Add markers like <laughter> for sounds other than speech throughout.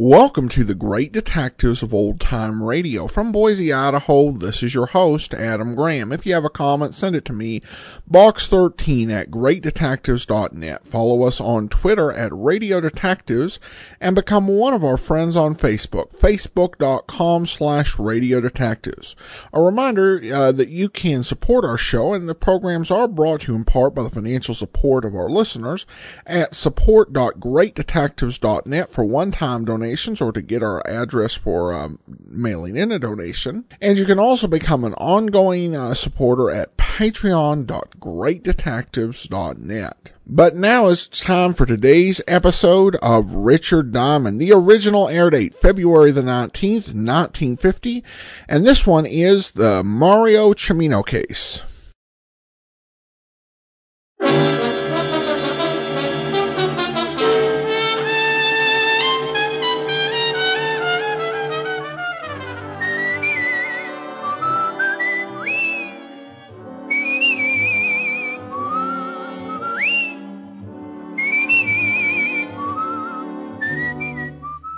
Welcome to the Great Detectives of Old Time Radio. From Boise, Idaho, this is your host, Adam Graham. If you have a comment, send it to me, box13 at greatdetectives.net. Follow us on Twitter at Radio Detectives and become one of our friends on Facebook, facebook.com slash Radio Detectives. A reminder uh, that you can support our show, and the programs are brought to you in part by the financial support of our listeners at support.greatdetectives.net for one-time donations or to get our address for um, mailing in a donation. And you can also become an ongoing uh, supporter at patreon.greatdetectives.net. But now it's time for today's episode of Richard Diamond. The original air date, February the 19th, 1950. And this one is the Mario Cimino case.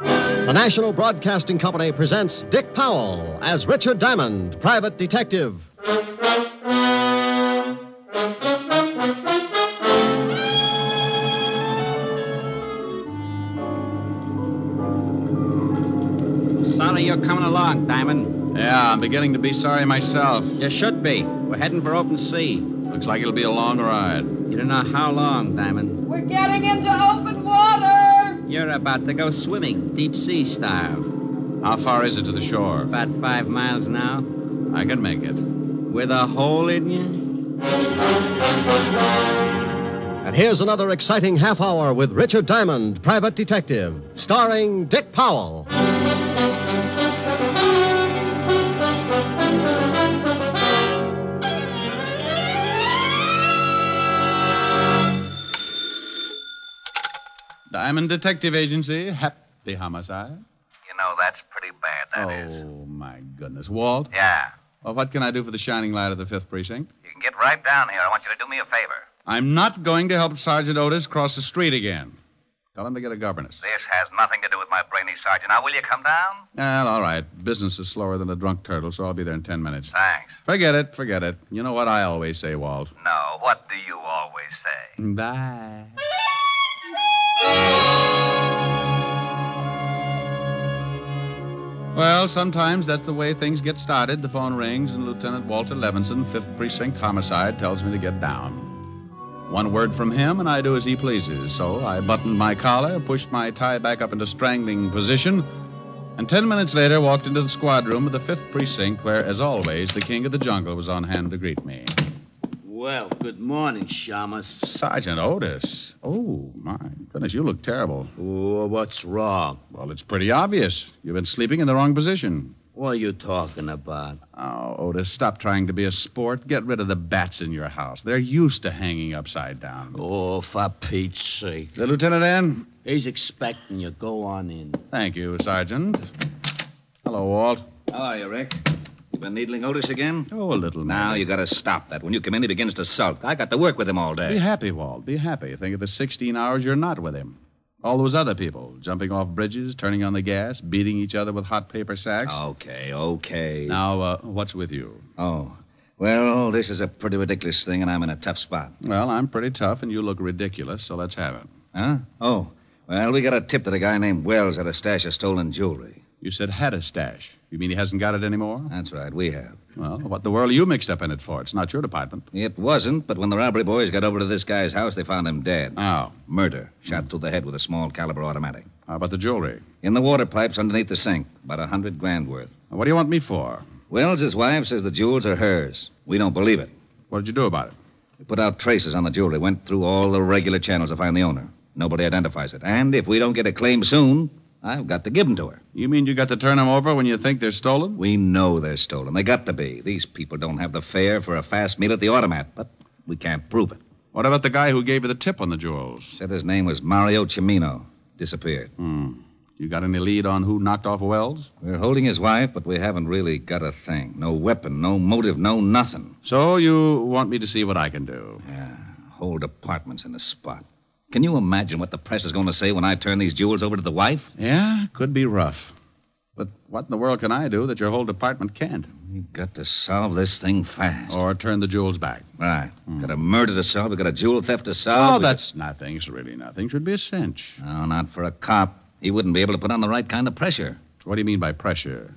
The National Broadcasting Company presents Dick Powell as Richard Diamond, private detective. Sorry you're coming along, Diamond. Yeah, I'm beginning to be sorry myself. You should be. We're heading for open sea. Looks like it'll be a long ride. You don't know how long, Diamond. We're getting into open water. You're about to go swimming, deep sea style. How far is it to the shore? About five miles now, I can make it. with a hole in you. And here's another exciting half hour with Richard Diamond, private detective, starring Dick Powell. Diamond Detective Agency, happy homicide. You know, that's pretty bad, That is. oh, my goodness. Walt? Yeah. Well, what can I do for the shining light of the 5th Precinct? You can get right down here. I want you to do me a favor. I'm not going to help Sergeant Otis cross the street again. Tell him to get a governess. This has nothing to do with my brainy sergeant. Now, will you come down? Well, all right. Business is slower than a drunk turtle, so I'll be there in ten minutes. Thanks. Forget it, forget it. You know what I always say, Walt. No, what do you always say? Bye. Well, sometimes that's the way things get started. The phone rings, and Lieutenant Walter Levinson, 5th Precinct Homicide, tells me to get down. One word from him, and I do as he pleases. So I buttoned my collar, pushed my tie back up into strangling position, and ten minutes later walked into the squad room of the 5th Precinct, where, as always, the king of the jungle was on hand to greet me. Well, good morning, Shamus. Sergeant Otis. Oh, my goodness, you look terrible. Oh, what's wrong? Well, it's pretty obvious. You've been sleeping in the wrong position. What are you talking about? Oh, Otis, stop trying to be a sport. Get rid of the bats in your house. They're used to hanging upside down. Oh, for Pete's sake. The lieutenant in? He's expecting you. Go on in. Thank you, Sergeant. Hello, Walt. How are you, Rick? You been needling Otis again? Oh, a little Now man. you gotta stop that. When you come in, he begins to sulk. I got to work with him all Be day. happy, Walt. Be happy. Think of the 16 hours you're not with him. All those other people jumping off bridges, turning on the gas, beating each other with hot paper sacks. Okay, okay. Now, uh, what's with you? Oh. Well, this is a pretty ridiculous thing, and I'm in a tough spot. Well, I'm pretty tough, and you look ridiculous, so let's have it. Huh? Oh. Well, we got a tip that a guy named Wells had a stash of stolen jewelry. You said had a stash. You mean he hasn't got it anymore? That's right, we have. Well, what the world are you mixed up in it for? It's not your department. It wasn't, but when the robbery boys got over to this guy's house, they found him dead. Oh, Murder. Shot through the head with a small caliber automatic. how about the jewelry? In the water pipes underneath the sink, about a hundred grand worth. What do you want me for? Wells' wife says the jewels are hers. We don't believe it. What did you do about it? We put out traces on the jewelry, went through all the regular channels to find the owner. Nobody identifies it. And if we don't get a claim soon, I've got to give them to her. You mean you got to turn them over when you think they're stolen? We know they're stolen. They got to be. These people don't have the fare for a fast meal at the automat, but we can't prove it. What about the guy who gave you the tip on the jewels? Said his name was Mario Cimino. Disappeared. Hmm. You got any lead on who knocked off Wells? We're holding his wife, but we haven't really got a thing. No weapon, no motive, no nothing. So you want me to see what I can do? Whole department's in the spot. Can you imagine what the press is going to say when I turn these jewels over to the wife? Yeah, could be rough. But what in the world can I do that your whole department can't? You've got to solve this thing fast. Or turn the jewels back? Hmm. Right. Got a murder to solve. We got a jewel theft to solve. Oh, we- that's nothing. It's really nothing. Should be a cinch. No, not for a cop. He wouldn't be able to put on the right kind of pressure. What do you mean by pressure?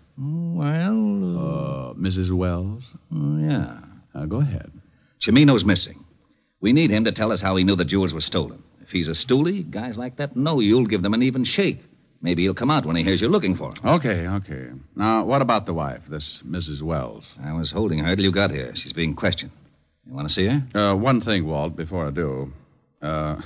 Well, Uh, Mrs. Wells? yeah. Uh, go ahead. Chimino's missing. We need him to tell us how he knew the jewels were stolen. If he's a stoolie, guys like that know you'll give them an even shake. Maybe he'll come out when he hears you're looking for him. Okay, okay. Now, what about the wife, this Mrs. Wells? I was holding her till you got here. She's being questioned. You want to see her? Uh, one thing, Walt, before I do. Uh,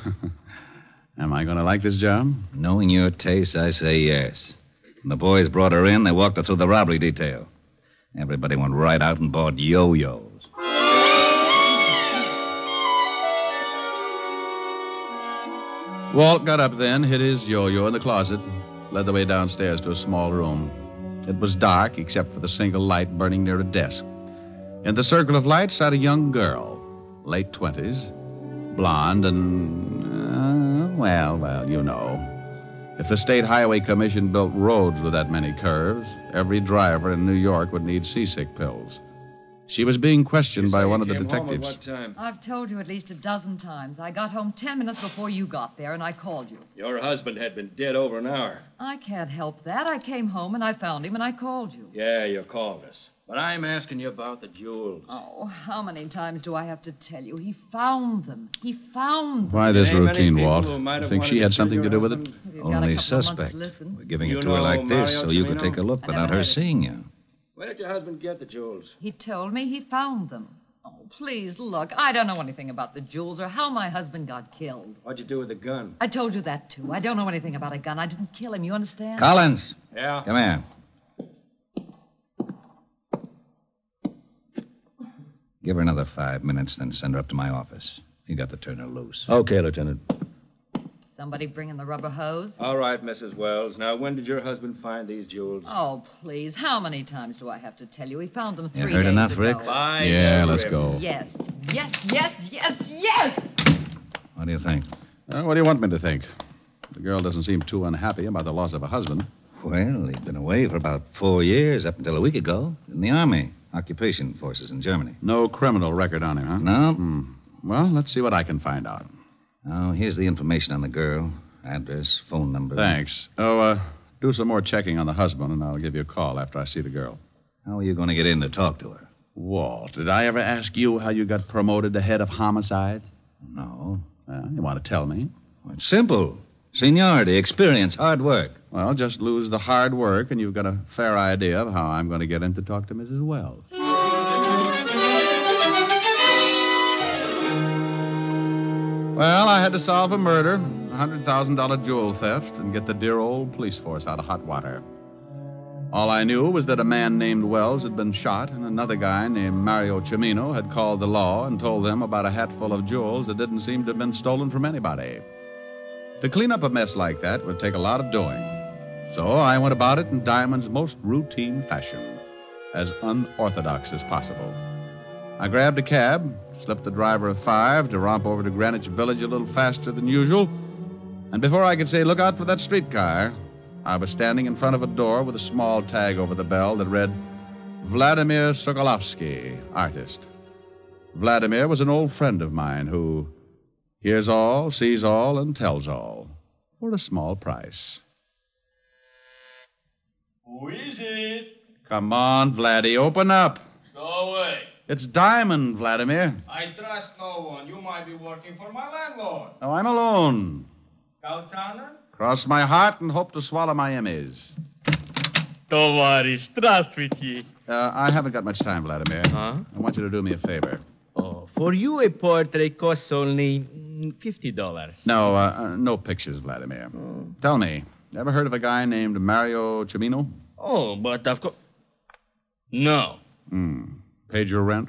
am I going to like this job? Knowing your taste, I say yes. When the boys brought her in, they walked her through the robbery detail. Everybody went right out and bought yo-yos. Walt got up then, hid his yo yo in the closet, led the way downstairs to a small room. It was dark, except for the single light burning near a desk. In the circle of light sat a young girl, late 20s, blonde, and. Uh, well, well, you know. If the State Highway Commission built roads with that many curves, every driver in New York would need seasick pills. She was being questioned by one of the detectives. I've told you at least a dozen times. I got home ten minutes before you got there, and I called you. Your husband had been dead over an hour. I can't help that. I came home and I found him, and I called you. Yeah, you called us. But I'm asking you about the jewels. Oh, how many times do I have to tell you? He found them. He found them. Why this Name any routine, people Walt? who might have think wanted she to had kill something to your do with it? husband? If you've got a Only couple of months to suspect. listen. We're giving You it to her know like this Mario so you could Cimino? take a look I without never her heard of him. seeing you. Where did your husband get the jewels? He told me he found them. Oh, please look. I don't know anything about the jewels or how my husband got killed. What'd you do with the gun? I told you that too. I don't know anything about a gun. I didn't kill him. You understand? Collins, Yeah. come here. Give her another five minutes, then send her up to my office. You got to turn her loose. Okay, Lieutenant. Somebody bringing the rubber hose? All right, Mrs. Wells. Now, when did your husband find these jewels? Oh, please. How many times do I have to tell you? He found them You three heard days enough, ago. Rick? By Yeah, the let's river. go. Yes. Yes, yes, yes, yes. What do you think? Uh, what do you want me to think? The girl doesn't seem too unhappy about the loss of a husband. Well, he'd been away for about four years up until a week ago in the Army, occupation forces in Germany. No criminal record on him, huh? Hmm. No? Well, let's see what I can find out. Oh, here's the information on the girl address, phone number. Thanks. Oh, uh, do some more checking on the husband, and I'll give you a call after I see the girl. How are you going to get in to talk to her? Walt, did I ever ask you how you got promoted to head of homicide? No. Well, you want to tell me? Well, it's simple seniority, experience, hard work. Well, just lose the hard work, and you've got a fair idea of how I'm going to get in to talk to Mrs. Wells. Well, I had to solve a murder, a $100,000 jewel theft, and get the dear old police force out of hot water. All I knew was that a man named Wells had been shot, and another guy named Mario Cimino had called the law and told them about a hatful of jewels that didn't seem to have been stolen from anybody. To clean up a mess like that would take a lot of doing. So I went about it in Diamond's most routine fashion, as unorthodox as possible. I grabbed a cab, slipped the driver a five to romp over to Greenwich Village a little faster than usual, and before I could say, look out for that streetcar, I was standing in front of a door with a small tag over the bell that read, Vladimir Sokolovsky, artist. Vladimir was an old friend of mine who hears all, sees all, and tells all for a small price. Who is it? Come on, Vladdy, open up. Go away. It's Diamond, Vladimir. I trust no one. You might be working for my landlord. Now I'm alone. Kautsana? Cross my heart and hope to swallow my Emmys. Товарищ, здравствуйте. Uh, I haven't got much time, Vladimir. Huh? I want you to do me a favor. Oh, for you, a portrait costs only mm, $50. No, uh, uh, no pictures, Vladimir. Tell me, ever heard of a guy named Mario Cimino? Oh, but of course. No. Hmm. Paid your rent?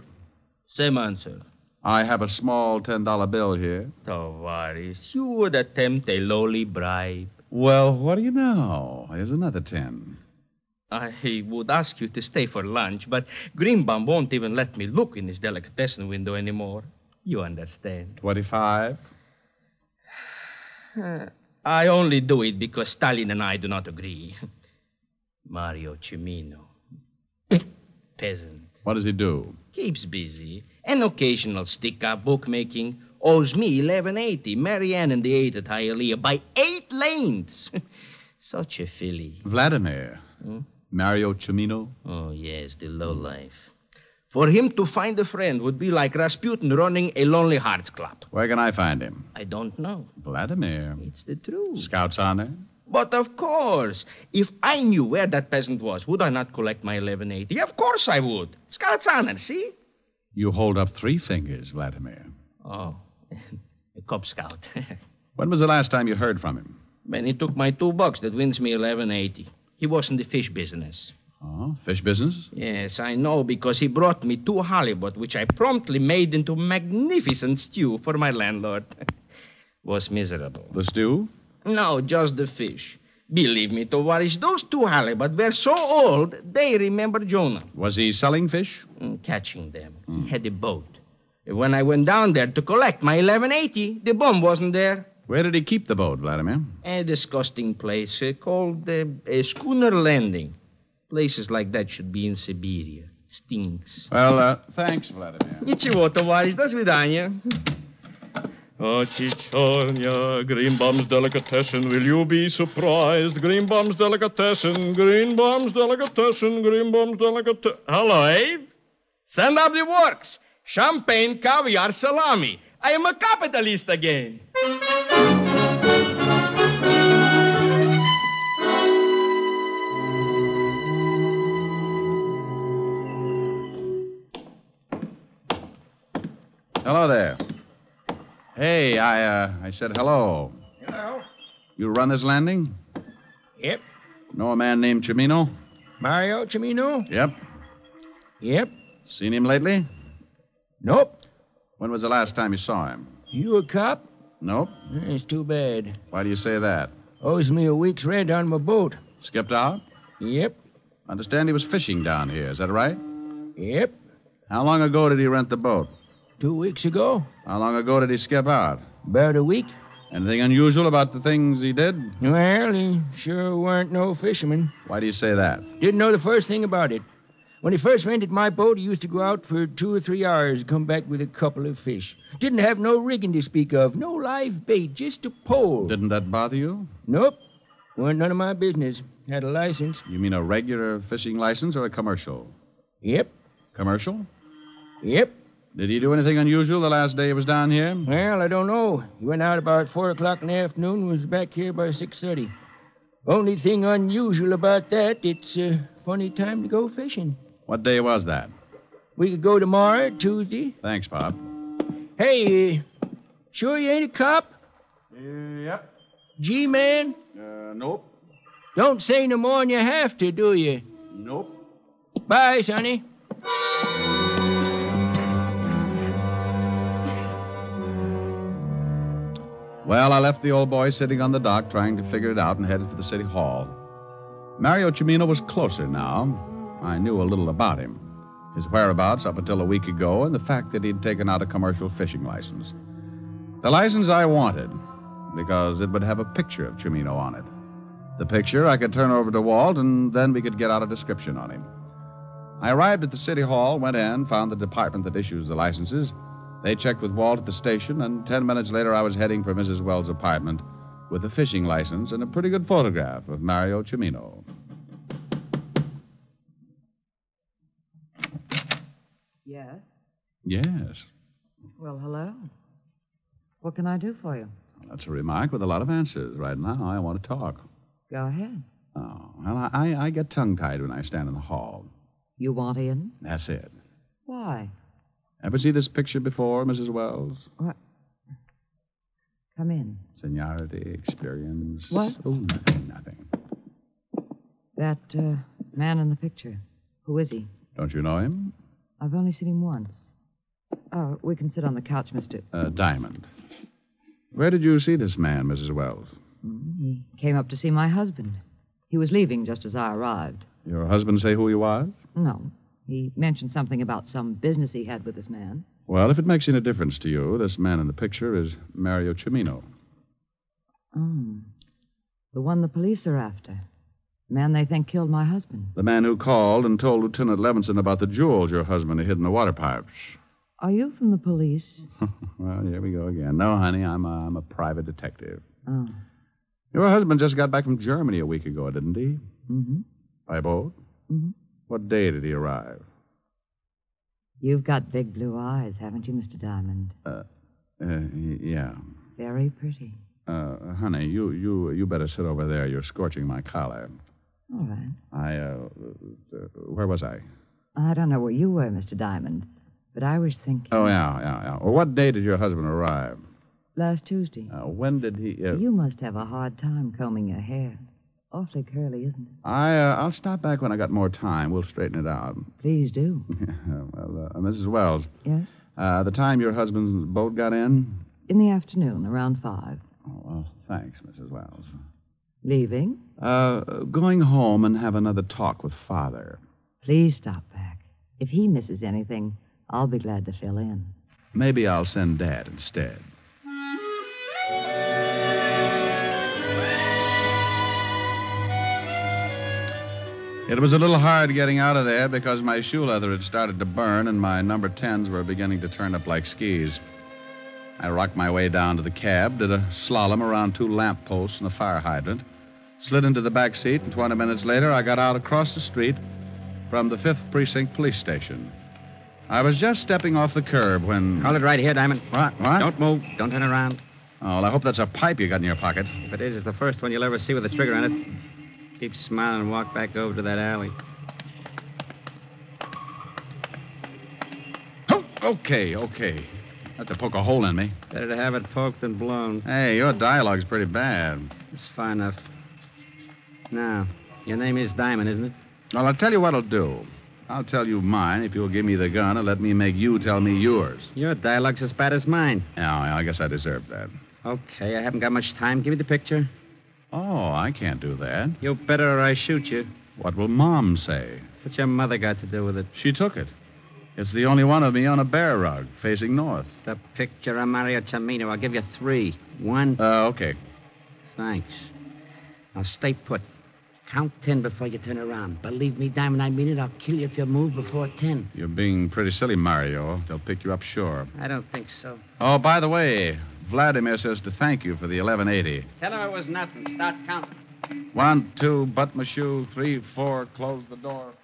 Same answer. I have a small $10 bill here. Tavares, you would attempt a lowly bribe. Well, what do you know? Here's another 10. I would ask you to stay for lunch, but Greenbaum won't even let me look in his delicatessen window anymore. You understand. 25. I only do it because Stalin and I do not agree. <laughs> Mario <laughs> Cimino. Peasant. What does he do? Keeps busy. An occasional stick up bookmaking. Owes me 1180. Marianne and the 8 at Hialeah by eight lanes. <laughs> Such a filly. Hmm? Vladimir. Mario Cimino? Oh, yes, the lowlife. For him to find a friend would be like Rasputin running a lonely hearts club. Where can I find him? I don't know. Vladimir. It's the truth. Scouts on there? But of course, if I knew where that peasant was, would I not collect my 1180? Of course I would. Scout's honor, see? You hold up three fingers, Vladimir. Oh, <laughs> a Cub Scout. <laughs> When was the last time you heard from him? Man, he took my two bucks that wins me 1180. He was in the fish business. Oh, fish business? Yes, I know, because he brought me two halibut, which I promptly made into magnificent stew for my landlord. <laughs> was miserable. The stew? No, just the fish. Believe me, Tovarish, those two halibut were so old, they remember Jonah Was he selling fish? Hmm. mm, catching them. He had a boat. When I went down there to collect my 1180, the bomb wasn't there. Where did he keep the boat, Vladimir? A disgusting place uh, called uh, a schooner landing. Places like that should be in Siberia. Stinks. E Well, uh, thanks, Vladimir. Ничего, товарищ, до свидания. Oh, Chichonya, Greenbaum's Delicatessen, will you be surprised? Greenbaum's Delicatessen, Greenbaum's Delicatessen, Greenbaum's Delicatessen. Hello, Abe? Send up the works. Champagne, caviar, salami. I am a capitalist again. Hello there. Hey, I uh, I said hello. Hello. You run this landing? Yep. Know a man named Chimino? Mario Cimino? Yep. Yep. Seen him lately? Nope. When was the last time you saw him? You a cop? Nope. That's too bad. Why do you say that? Owes me a week's rent on my boat. Skipped out? Yep. Understand he was fishing down here, is that right? Yep. How long ago did he rent the boat? Two weeks ago? How long ago did he skip out? About a week? Anything unusual about the things he did? Well, he sure weren't no fisherman. Why do you say that? Didn't know the first thing about it. When he first rented my boat, he used to go out for two or three hours and come back with a couple of fish. Didn't have no rigging to speak of, no live bait, just a pole. Didn't that bother you? Nope. Weren't none of my business. Had a license. You mean a regular fishing license or a commercial? Yep. Commercial? Yep. Did he do anything unusual the last day he was down here? Well, I don't know. He went out about four o'clock in the afternoon and was back here by six thirty. Only thing unusual about that, it's a funny time to go fishing. What day was that? We could go tomorrow, Tuesday. Thanks, Pop. Hey, uh, sure you ain't a cop? Yep. Gee, man, Uh, nope. don't say no more than you have to, do you? Nope. Bye, sonny. Well, I left the old boy sitting on the dock trying to figure it out and headed for the city hall. Mario Cimino was closer now. I knew a little about him his whereabouts up until a week ago, and the fact that he'd taken out a commercial fishing license. The license I wanted, because it would have a picture of Cimino on it. The picture I could turn over to Walt, and then we could get out a description on him. I arrived at the city hall, went in, found the department that issues the licenses, they checked with Walt at the station, and ten minutes later, I was heading for Mrs. Wells' apartment with a fishing license and a pretty good photograph of Mario Cimino. Yes. Yes, Well, hello. What can I do for you? that's a remark with a lot of answers. Right now, I want to talk. Go ahead. Oh, well, I, I get tongue tied when I stand in the hall. You want in? That's it. Why? Ever see this picture before, Mrs. Wells? What? Come in. Seniority, experience. What? Oh, nothing, nothing. That uh, man in the picture. Who is he? Don't you know him? I've only seen him once. Oh, we can sit on the couch, Mister. Uh, Diamond. Where did you see this man, Mrs. Wells? Mm-hmm. He came up to see my husband. He was leaving just as I arrived. Your husband say who he was? No, he mentioned something about some business he had with this man. Well, if it makes any difference to you, this man in the picture is Mario Cimino. Mm. The one the police are after. The man they think killed my husband. The man who called and told Lieutenant Levinson about the jewels your husband had hidden in the water pipes. Are you from the police? Well, here we go again. No, honey, I'm a, I'm a private detective. Oh. Your husband just got back from Germany a week ago, didn't he? Mm-hmm. By boat? Mhm. What day did he arrive? You've got big blue eyes, haven't you, Mr. Diamond? Uh, uh, y- yeah. Very pretty. Uh, honey, you, you, you better sit over there. You're scorching my collar. All right. I, uh, uh, where was I? I don't know where you were, Mr. Diamond, but I was thinking. Oh, yeah, yeah, yeah. Well, what day did your husband arrive? Last Tuesday. Uh, when did he? Uh, You must have a hard time combing your hair. Awfully curly, isn't I, uh, I'll stop back when I got more time. We'll straighten it out. it? Please <laughs> do. well, uh, Mrs. Wells, Yes? uh, the time your husband's boat got in? In the afternoon, around five. Oh, well, thanks, Mrs. Wells. Leaving? Uh, going home and have another talk with Father. Please stop back. If he misses anything, I'll be glad to fill in. Maybe I'll send Dad instead. It was a little hard getting out of there because my shoe leather had started to burn and my number 10s were beginning to turn up like skis. I rocked my way down to the cab, did a slalom around two lamp posts and a fire hydrant, slid into the back seat, and 20 minutes later I got out across the street from the 5th Precinct Police Station. I was just stepping off the curb when. Hold it right here, Diamond. What? What? Don't move. Don't turn around. Oh, well, I hope that's a pipe you got in your pocket. If it is, it's the first one you'll ever see with a trigger on it. Keep smiling and walk back over to that alley. Oh, okay, okay. That's to poke a hole in me. Better to have it poked than blown. Hey, your dialogue's pretty bad. It's far enough. Now, your name is Diamond, isn't it? Well, I'll tell you what I'll do. I'll tell you mine if you'll give me the gun and let me make you tell me yours. Your dialogue's as bad as mine. Yeah, I- I guess I deserve that. Okay, I haven't got much time. Give me the picture. Oh, I can't do that. You better or I shoot you. What will Mom say? What's your mother got to do with it? She took it. It's the only one of me on a bear rug facing north. The picture of Mario Cimino. I'll give you three. One. Uh, okay. Thanks. Now stay put. Count ten before you turn around. Believe me, Diamond, I mean it. I'll kill you if you move before ten. You're being pretty silly, Mario. They'll pick you up sure. I don't think so. Oh, by the way, Vladimir says to thank you for the 1180. Tell her it was nothing. Start counting. One, two, butt my shoe. Three, four, close the door.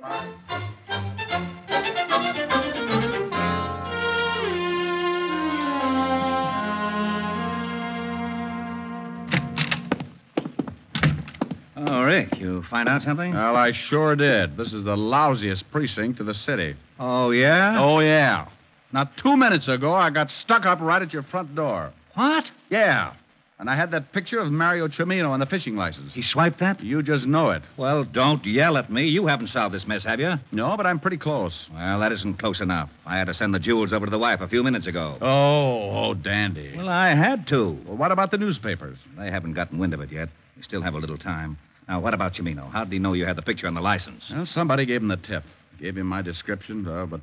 Oh, Rick, you find out something? Well, I sure did. This is the lousiest precinct of the city. oh, yeah? Oh, yeah. Now, two minutes ago, I got stuck up right at your front door. What? Yeah. And I had that picture of Mario Cimino on the fishing license. He swiped that? You just know it. Well, don't yell at me. You haven't solved this mess, have you? No, but I'm pretty close. Well, that isn't close enough. I had to send the jewels over to the wife a few minutes ago. Oh, oh, dandy. Well, I had to. Well, what about the newspapers? They haven't gotten wind of it yet. We still have a little time. Now, what about Chimino? How did he know you had the picture on the license? Well, somebody gave him the tip. Gave him my description, uh, but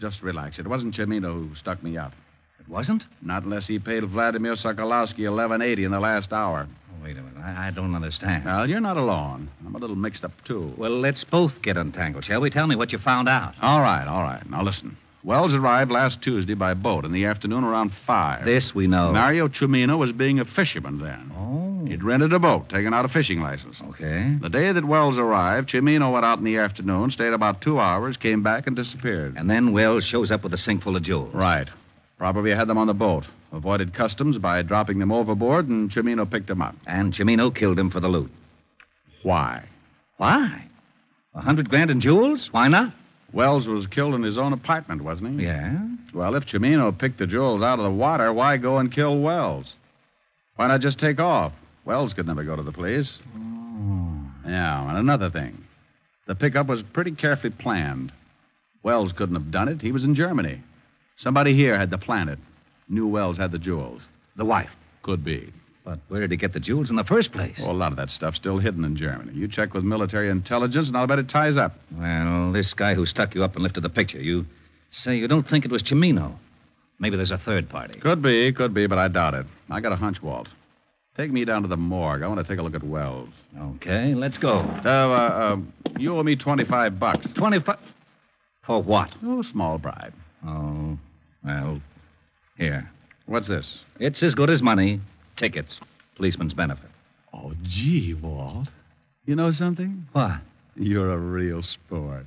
just relax. It wasn't Cimino who stuck me up. It wasn't? Not unless he paid Vladimir Sokolowski 1180 in the last hour. Oh, wait a minute. I, I don't understand. Well, you're not alone. I'm a little mixed up, too. well, let's both get untangled, shall we? Tell me what you found out. All right, all right. Now listen. Wells arrived last Tuesday by boat in the afternoon around 5. This we know. Mario Chumino was being a fisherman then. Oh. He'd rented a boat, taken out a fishing license. Okay. The day that Wells arrived, Chimino went out in the afternoon, stayed about two hours, came back, and disappeared. And then Wells shows up with a sink full of jewels. Right. Probably had them on the boat. Avoided customs by dropping them overboard, and Chimino picked them up. And Chimino killed him for the loot. Why? Why? A hundred grand in jewels? Why not? Wells was killed in his own apartment, wasn't he? Yeah. Well, if Chimino picked the jewels out of the water, why go and kill Wells? Why not just take off? Wells could never go to the police. Oh. Yeah, and another thing. The pickup was pretty carefully planned. Wells couldn't have done it. He was in Germany. Somebody here had the plan it. Knew Wells had the jewels. The wife. Could be. But where did he get the jewels in the first place? Well, a lot of that stuff's still hidden in Germany. You check with military intelligence, and I'll bet it ties up. Well, this guy who stuck you up and lifted the picture, you say you don't think it was Chimino. Maybe there's a third party. Could be, could be, but I doubt it. I got a hunch, Walt. Take me down to the morgue. I want to take a look at Wells. Okay, let's go. Uh, uh, uh, you owe me 25 bucks. 25? For what? Oh, small bribe. Oh, well, here. What's this? It's as good as money. Tickets. Policeman's benefit. Oh, gee, Walt. You know something? What? You're a real sport.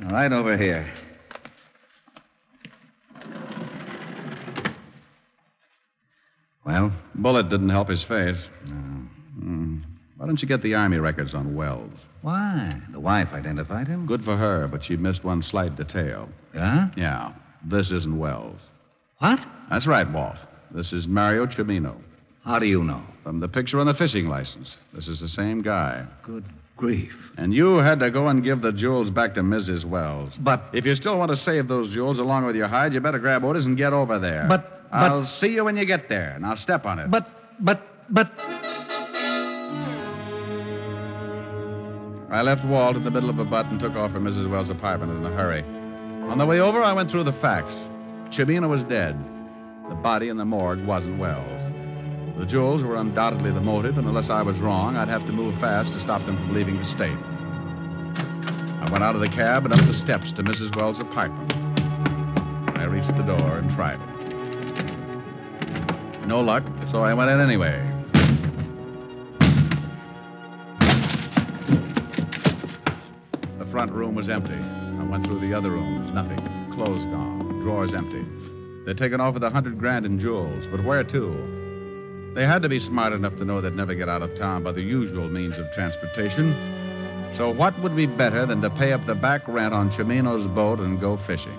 Right over here. Well? Bullet didn't help his face. No. Hmm. Why don't you get the Army records on Wells? Why? The wife identified him. Good for her, but she missed one slight detail. Yeah? Yeah, this isn't Wells. What? That's right, Walt. This is Mario Cimino. How do you know? From the picture on the fishing license. This is the same guy. Good grief. And you had to go and give the jewels back to Mrs. Wells. But. If you still want to save those jewels along with your hide, you better grab Otis and get over there. But- but- I'll see you when you get there. Now step on it. But, but, but. I left Walt in the middle of a butt and took off for Mrs. Wells' apartment in a hurry. On the way over, I went through the facts. Chimino was dead. The body in the morgue wasn't Wells. The jewels were undoubtedly the motive, and unless I was wrong, I'd have to move fast to stop them from leaving the state. I went out of the cab and up the steps to Mrs. Wells' apartment. I reached the door and tried it. No luck, so I went in anyway. The front room was empty. I went through the other rooms. Nothing. Clothes gone. Drawers empty. They'd taken off with a hundred grand in jewels, but where to? They had to be smart enough to know they'd never get out of town by the usual means of transportation. So what would be better than to pay up the back rent on Chimino's boat and go fishing?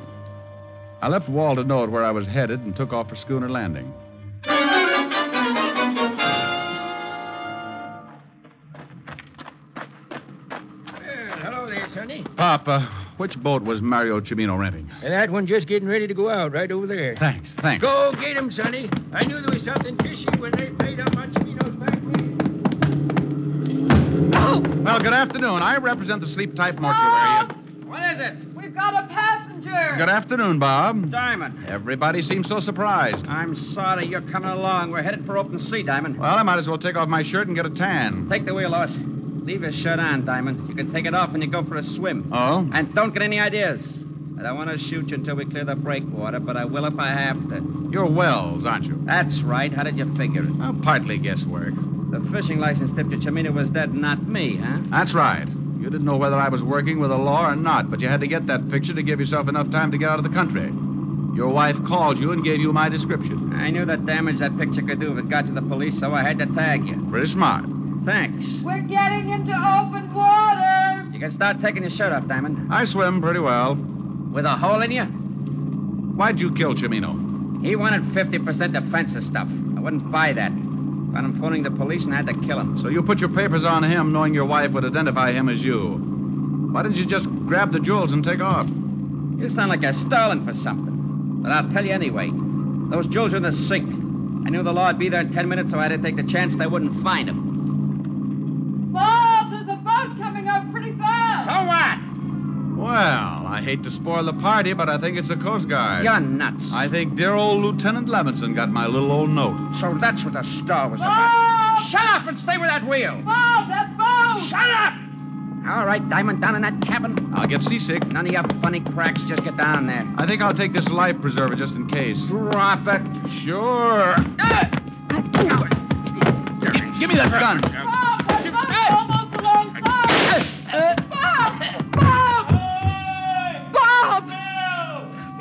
I left Wall to note where I was headed and took off for Schooner Landing. hello there, Sonny. Papa, which boat was Mario Chimino renting? And that one just getting ready to go out right over there. Thanks, thanks. Go get him, Sonny. I knew there was something fishy when they played up on Chimino's back way. Well, good afternoon. I represent the Sleep Type Mortuary. What is it? We've got a passenger. Good afternoon, Bob. Diamond, Everybody seems so surprised. I'm sorry you're coming along. We're headed for open sea, Diamond. Well, I might as well take off my shirt and get a tan. Take the wheel, Oz. Leave your shirt on, Diamond. You can take it off when you go for a swim. Oh? And don't get any ideas. I don't want to shoot you until we clear the breakwater, but I will if I have to. You're Wells, aren't you? That's right. How did you figure it? Well, partly guesswork. The fishing license tipped you Chimino was dead, not me, huh? That's right. You didn't know whether I was working with the law or not, but you had to get that picture to give yourself enough time to get out of the country. Your wife called you and gave you my description. I knew the damage that picture could do if it got to the police, so I had to tag you. Pretty smart. Thanks. We're getting into open water. You can start taking your shirt off, Diamond. I swim pretty well. With a hole in you? Why'd you kill Chimino? He wanted 50% defensive stuff. I wouldn't buy that. Found him phoning the police and I had to kill him. So you put your papers on him knowing your wife would identify him as you. Why didn't you just grab the jewels and take off? You sound like you're stalling for something. But I'll tell you anyway. Those jewels are in the sink. I knew the law would be there in ten minutes, so I had to take the chance they wouldn't find him. Bob, there's a boat coming up pretty fast. So what? Well, I hate to spoil the party, but I think it's the Coast Guard. You're nuts. I think dear old Lieutenant Levinson got my little old note. So that's what the star was Bob! about. Shut up and stay with that wheel. Bob, that boat. Shut up! All right, Diamond, down in that cabin. I'll get seasick. None of your funny cracks. Just get down there. I think I'll take this life preserver just in case. Drop it. Sure. Give me that gun. Bob, that boat's almost alongside. Bob! Bob! Bob!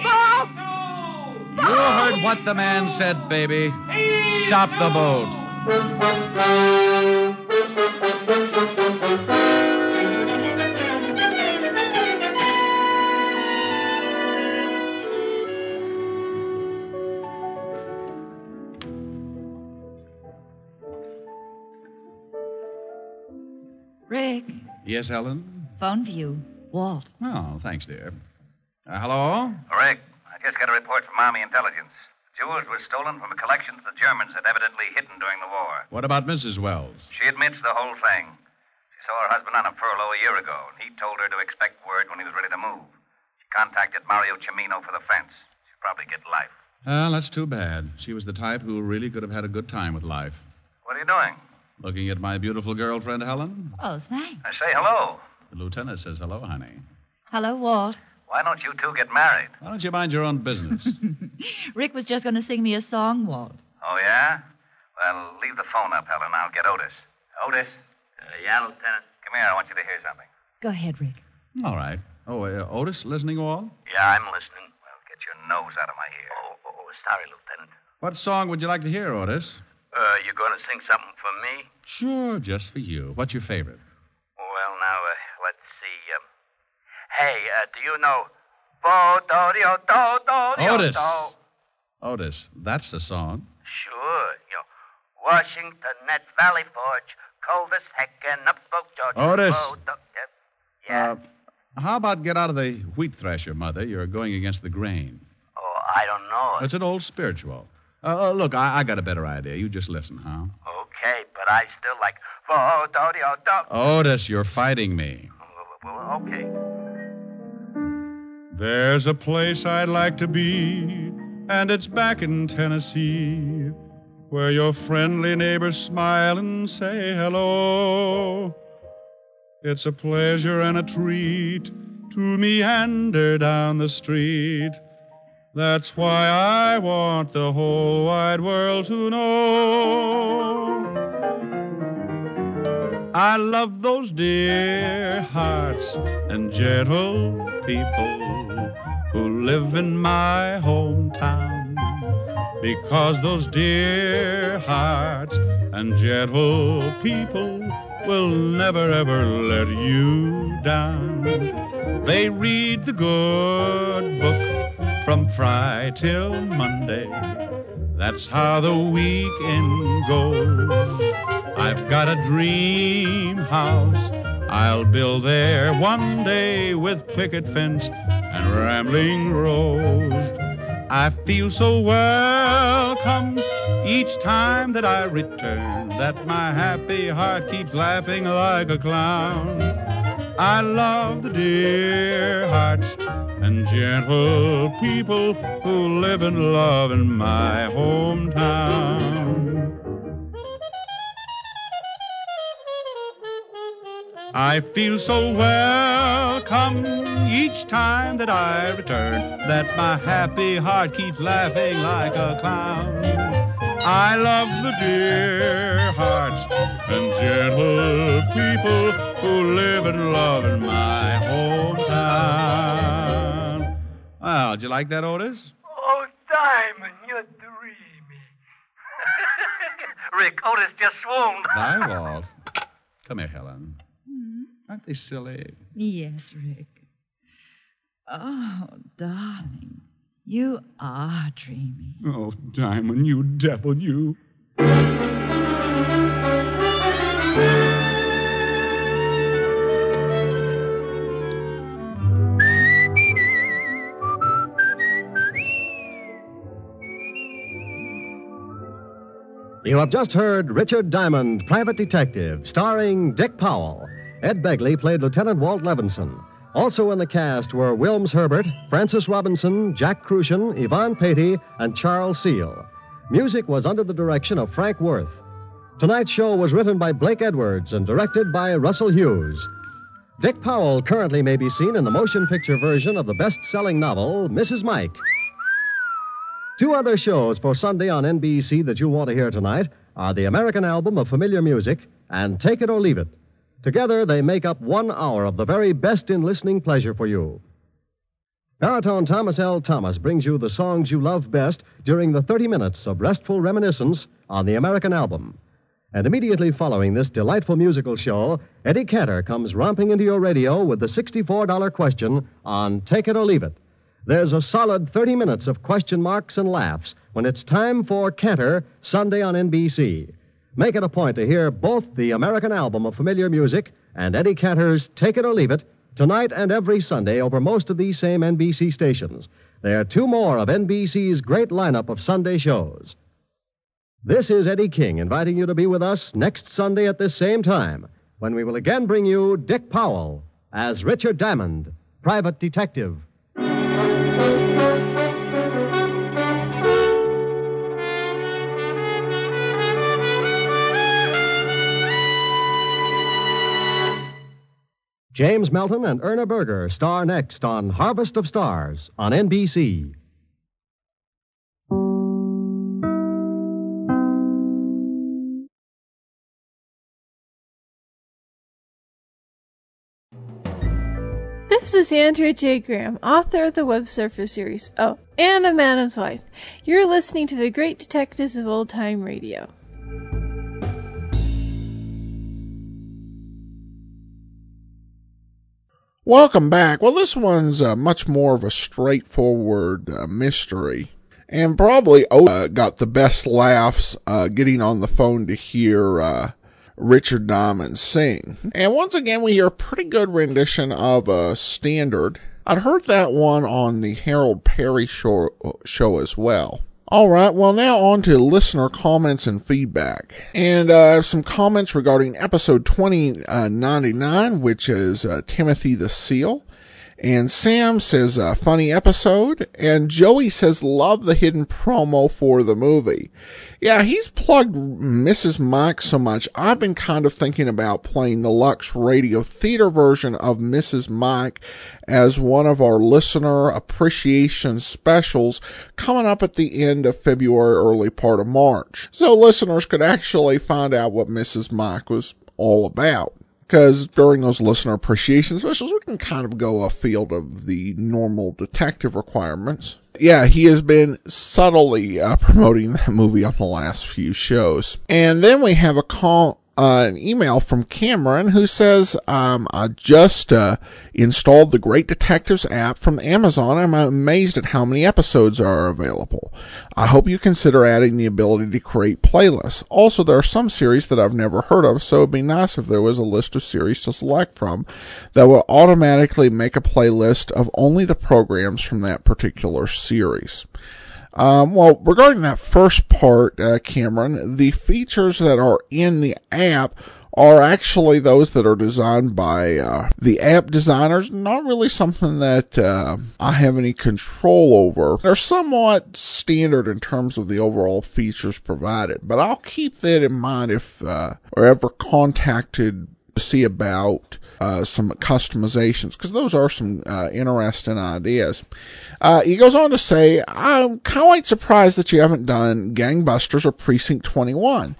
Bob! You heard what the man said, baby. Stop the boat. Rick, Yes, Helen? phone for you. Walt. Oh, thanks, dear. Uh, hello? Rick, I just got a report from Army intelligence. The jewels were stolen from a collection that the Germans had evidently hidden during the war. What about Mrs. Wells? She admits the whole thing. She saw her husband on a furlough a year ago, and he told her to expect word when he was ready to move. She contacted Mario Cimino for the fence. She'll probably get life. Well, Uh, that's too bad. She was the type who really could have had a good time with life. What are you doing? Looking at my beautiful girlfriend, Helen? Oh, thanks. I say hello. The lieutenant says hello, honey. Hello, Walt. Why don't you two get married? Why don't you mind your own business? Rick was just going to sing me a song, Walt. Oh, yeah? Well, leave the phone up, Helen. I'll get Otis. Otis? Uh, yeah, Lieutenant? Come here. I want you to hear something. <laughs> Go ahead, Rick. All right. Oh, uh, Otis, listening all? Yeah, I'm listening. Well, get your nose out of my ear. Oh, oh sorry, Lieutenant. What song would you like to hear, Otis? Uh, you going to sing something for me? Sure, just for you. What's your favorite? Well, now, uh, let's see. Um, hey, uh, do you know... Bo, do, do, do, do, do, Otis. do. Otis, that's the song. Sure, you know, Washington at Valley Forge, cold as heck and up Oak George. Otis. Bo, do, yep. Uh, how about get out of the wheat thresher, Mother? You're going against the grain. Oh, I don't know. It's an old spiritual. Uh, uh, look, I, I got a better idea. You just listen, huh? Okay, but I still like oh, Bo, do, do, do. Otis, you're fighting me. Well, okay. There's a place I'd like to be, and it's back in Tennessee, where your friendly neighbors smile and say hello. It's a pleasure and a treat to meander down the street. That's why I want the whole wide world to know. I love those dear hearts and gentle people who live in my hometown because those dear hearts and gentle people will never ever let you down. They read the good book from Friday till Monday. That's how the weekend goes. I've got a dream house I'll build there one day with picket fence and rambling rose. I feel so welcome each time that I return that my happy heart keeps laughing like a clown. I love the dear hearts and gentle people who live and love in my hometown. I feel so welcome each time that I return that my happy heart keeps laughing like a clown. I love the dear hearts and gentle people who live and love in my hometown. Well, did you like that, Otis? Oh, Diamond, you're dreamy. <laughs> Rick, Otis just <laughs> swooned. Bye, Walt. Come here, Helen. Aren't they silly? Hmm? Yes, Rick. Oh, darling, you are dreamy. Oh, Diamond, you devil, you. You have just heard Richard Diamond, Private Detective, starring Dick Powell. Ed Begley played Lieutenant Walt Levinson. Also in the cast were Wilms Herbert, Francis Robinson, Jack Crucian, Yvonne Patey, and Charles Seal. Music was under the direction of Frank Worth. Tonight's show was written by Blake Edwards and directed by Russell Hughes. Dick Powell currently may be seen in the motion picture version of the best selling novel, Mrs. Mike. Two other shows for Sunday on NBC that you want to hear tonight are the American Album of Familiar Music and Take It or Leave It. Together, they make up one hour of the very best in listening pleasure for you. Baritone Thomas L. Thomas brings you the songs you love best during the 30 minutes of restful reminiscence on the American Album. And immediately following this delightful musical show, Eddie Cantor comes romping into your radio with the $64 question on Take It or Leave It. There's a solid 30 minutes of question marks and laughs when it's time for Cantor, Sunday on NBC. Make it a point to hear both the American album of familiar music and Eddie Cantor's Take It or Leave It tonight and every Sunday over most of these same NBC stations. There are two more of NBC's great lineup of Sunday shows. This is Eddie King inviting you to be with us next Sunday at this same time. when we will again bring you Dick Powell as Richard Diamond, private detective. James Melton and Erna Berger star next on Harvest of Stars on NBC. This is Andrea J. Graham, author of the Web Surfer series. Oh, and a Madam's Wife. You're listening to the Great Detectives of Old Time Radio. Welcome back. Well, this one's uh, much more of a straightforward uh, mystery. And probably Oda got the best laughs uh, getting on the phone to hear uh, Richard Diamond sing. And once again, we hear a pretty good rendition of a standard. I'd heard that one on the Harold Perry show, show as well. All right, well, now on to listener comments and feedback. And uh, some comments regarding episode 2099, which is uh, Timothy the Seal. And Sam says, uh, funny episode. And Joey says, love the hidden promo for the movie. Yeah, he's plugged Mrs. Mike so much. I've been kind of thinking about playing the Lux Radio Theater version of Mrs. Mike as one of our listener appreciation specials coming up at the end of February, early part of March. So listeners could actually find out what Mrs. Mike was all about because during those listener appreciation specials, we can kind of go afield of the normal detective requirements. Yeah, he has been subtly uh, promoting that movie on the last few shows. And then we have a call. Uh, an email from Cameron who says, um, I just uh, installed the Great Detectives app from Amazon. I'm amazed at how many episodes are available. I hope you consider adding the ability to create playlists. Also, there are some series that I've never heard of, so it'd be nice if there was a list of series to select from that would automatically make a playlist of only the programs from that particular series. Um, well, regarding that first part, uh, Cameron, the features that are in the app are actually those that are designed by uh, the app designers, not really something that uh, I have any control over. They're somewhat standard in terms of the overall features provided, but I'll keep that in mind if uh, or ever contacted to see about uh, some customizations because those are some uh, interesting ideas. Uh, he goes on to say, I'm kind of surprised that you haven't done Gangbusters or Precinct 21.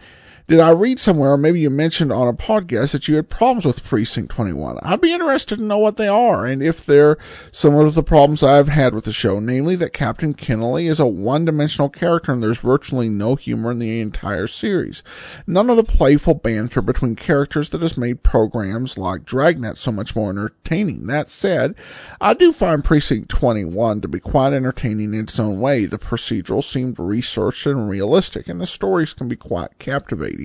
Did I read somewhere, or maybe you mentioned on a podcast, that you had problems with Precinct 21? I'd be interested to know what they are and if they're similar to the problems I've had with the show, namely that Captain Kennelly is a one dimensional character and there's virtually no humor in the entire series. None of the playful banter between characters that has made programs like Dragnet so much more entertaining. That said, I do find Precinct 21 to be quite entertaining in its own way. The procedural seemed researched and realistic, and the stories can be quite captivating.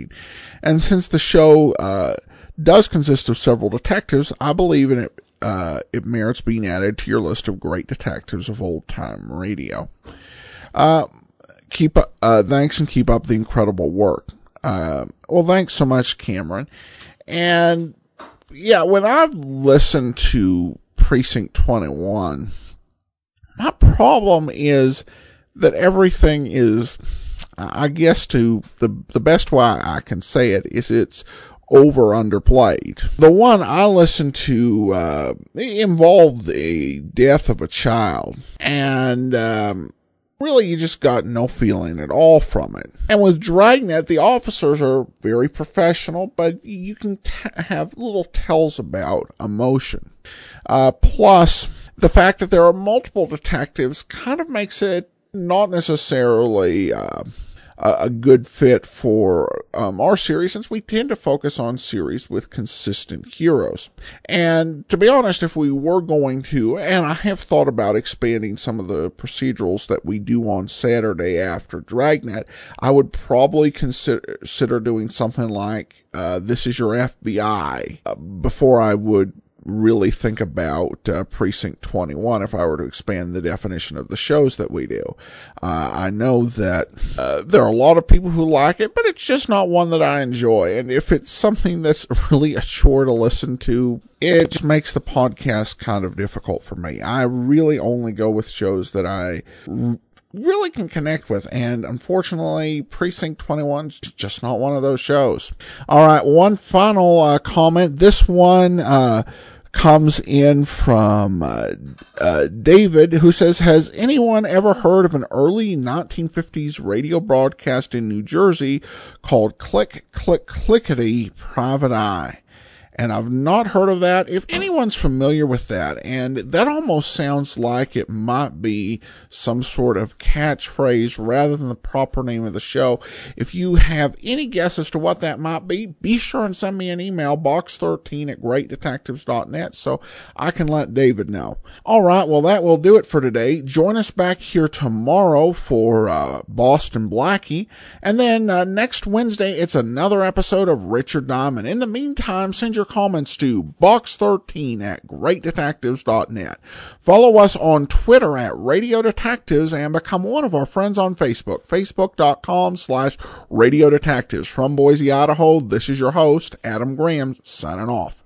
And since the show uh, does consist of several detectives, I believe in it. Uh, it merits being added to your list of great detectives of old time radio. Uh, keep up, uh, thanks and keep up the incredible work. Uh, well, thanks so much, Cameron. And yeah, when I've listened to Precinct 21, my problem is that everything is I guess to the the best way I can say it is it's over underplayed. The one I listened to uh, involved the death of a child, and um, really you just got no feeling at all from it. And with Dragnet, the officers are very professional, but you can t- have little tells about emotion. Uh, plus, the fact that there are multiple detectives kind of makes it not necessarily uh, a good fit for um, our series since we tend to focus on series with consistent heroes. And to be honest, if we were going to, and I have thought about expanding some of the procedurals that we do on Saturday after Dragnet, I would probably consider, consider doing something like uh, This Is Your FBI uh, before I would really think about uh, Precinct 21 if I were to expand the definition of the shows that we do. Uh, I know that uh, there are a lot of people who like it, but it's just not one that I enjoy. And if it's something that's <laughs> really a chore to listen to, it just makes the podcast kind of difficult for me. I really only go with shows that I r- really can connect with. And unfortunately, Precinct 21 is just not one of those shows. All right, one final uh, comment. This one uh, comes in from uh, uh, David, who says Has anyone ever heard of an early 1950s radio broadcast in New Jersey called Click, Click, Clickety Private Eye? and I've not heard of that. If anyone's familiar with that, and that almost sounds like it might be some sort of catchphrase rather than the proper name of the show. If you have any guess as to what that might be, be sure and send me an email, box13 at greatdetectives.net, so I can let David know. All right, well, that will do it for today. Join us back here tomorrow for uh, Boston Blackie, and then uh, next Wednesday, it's another episode of Richard Diamond. In the meantime, send your your comments to box13 at greatdetectives.net. Follow us on Twitter at Radio Detectives and become one of our friends on Facebook, facebook.com slash Radio Detectives. From Boise, Idaho, this is your host, Adam Graham, signing off.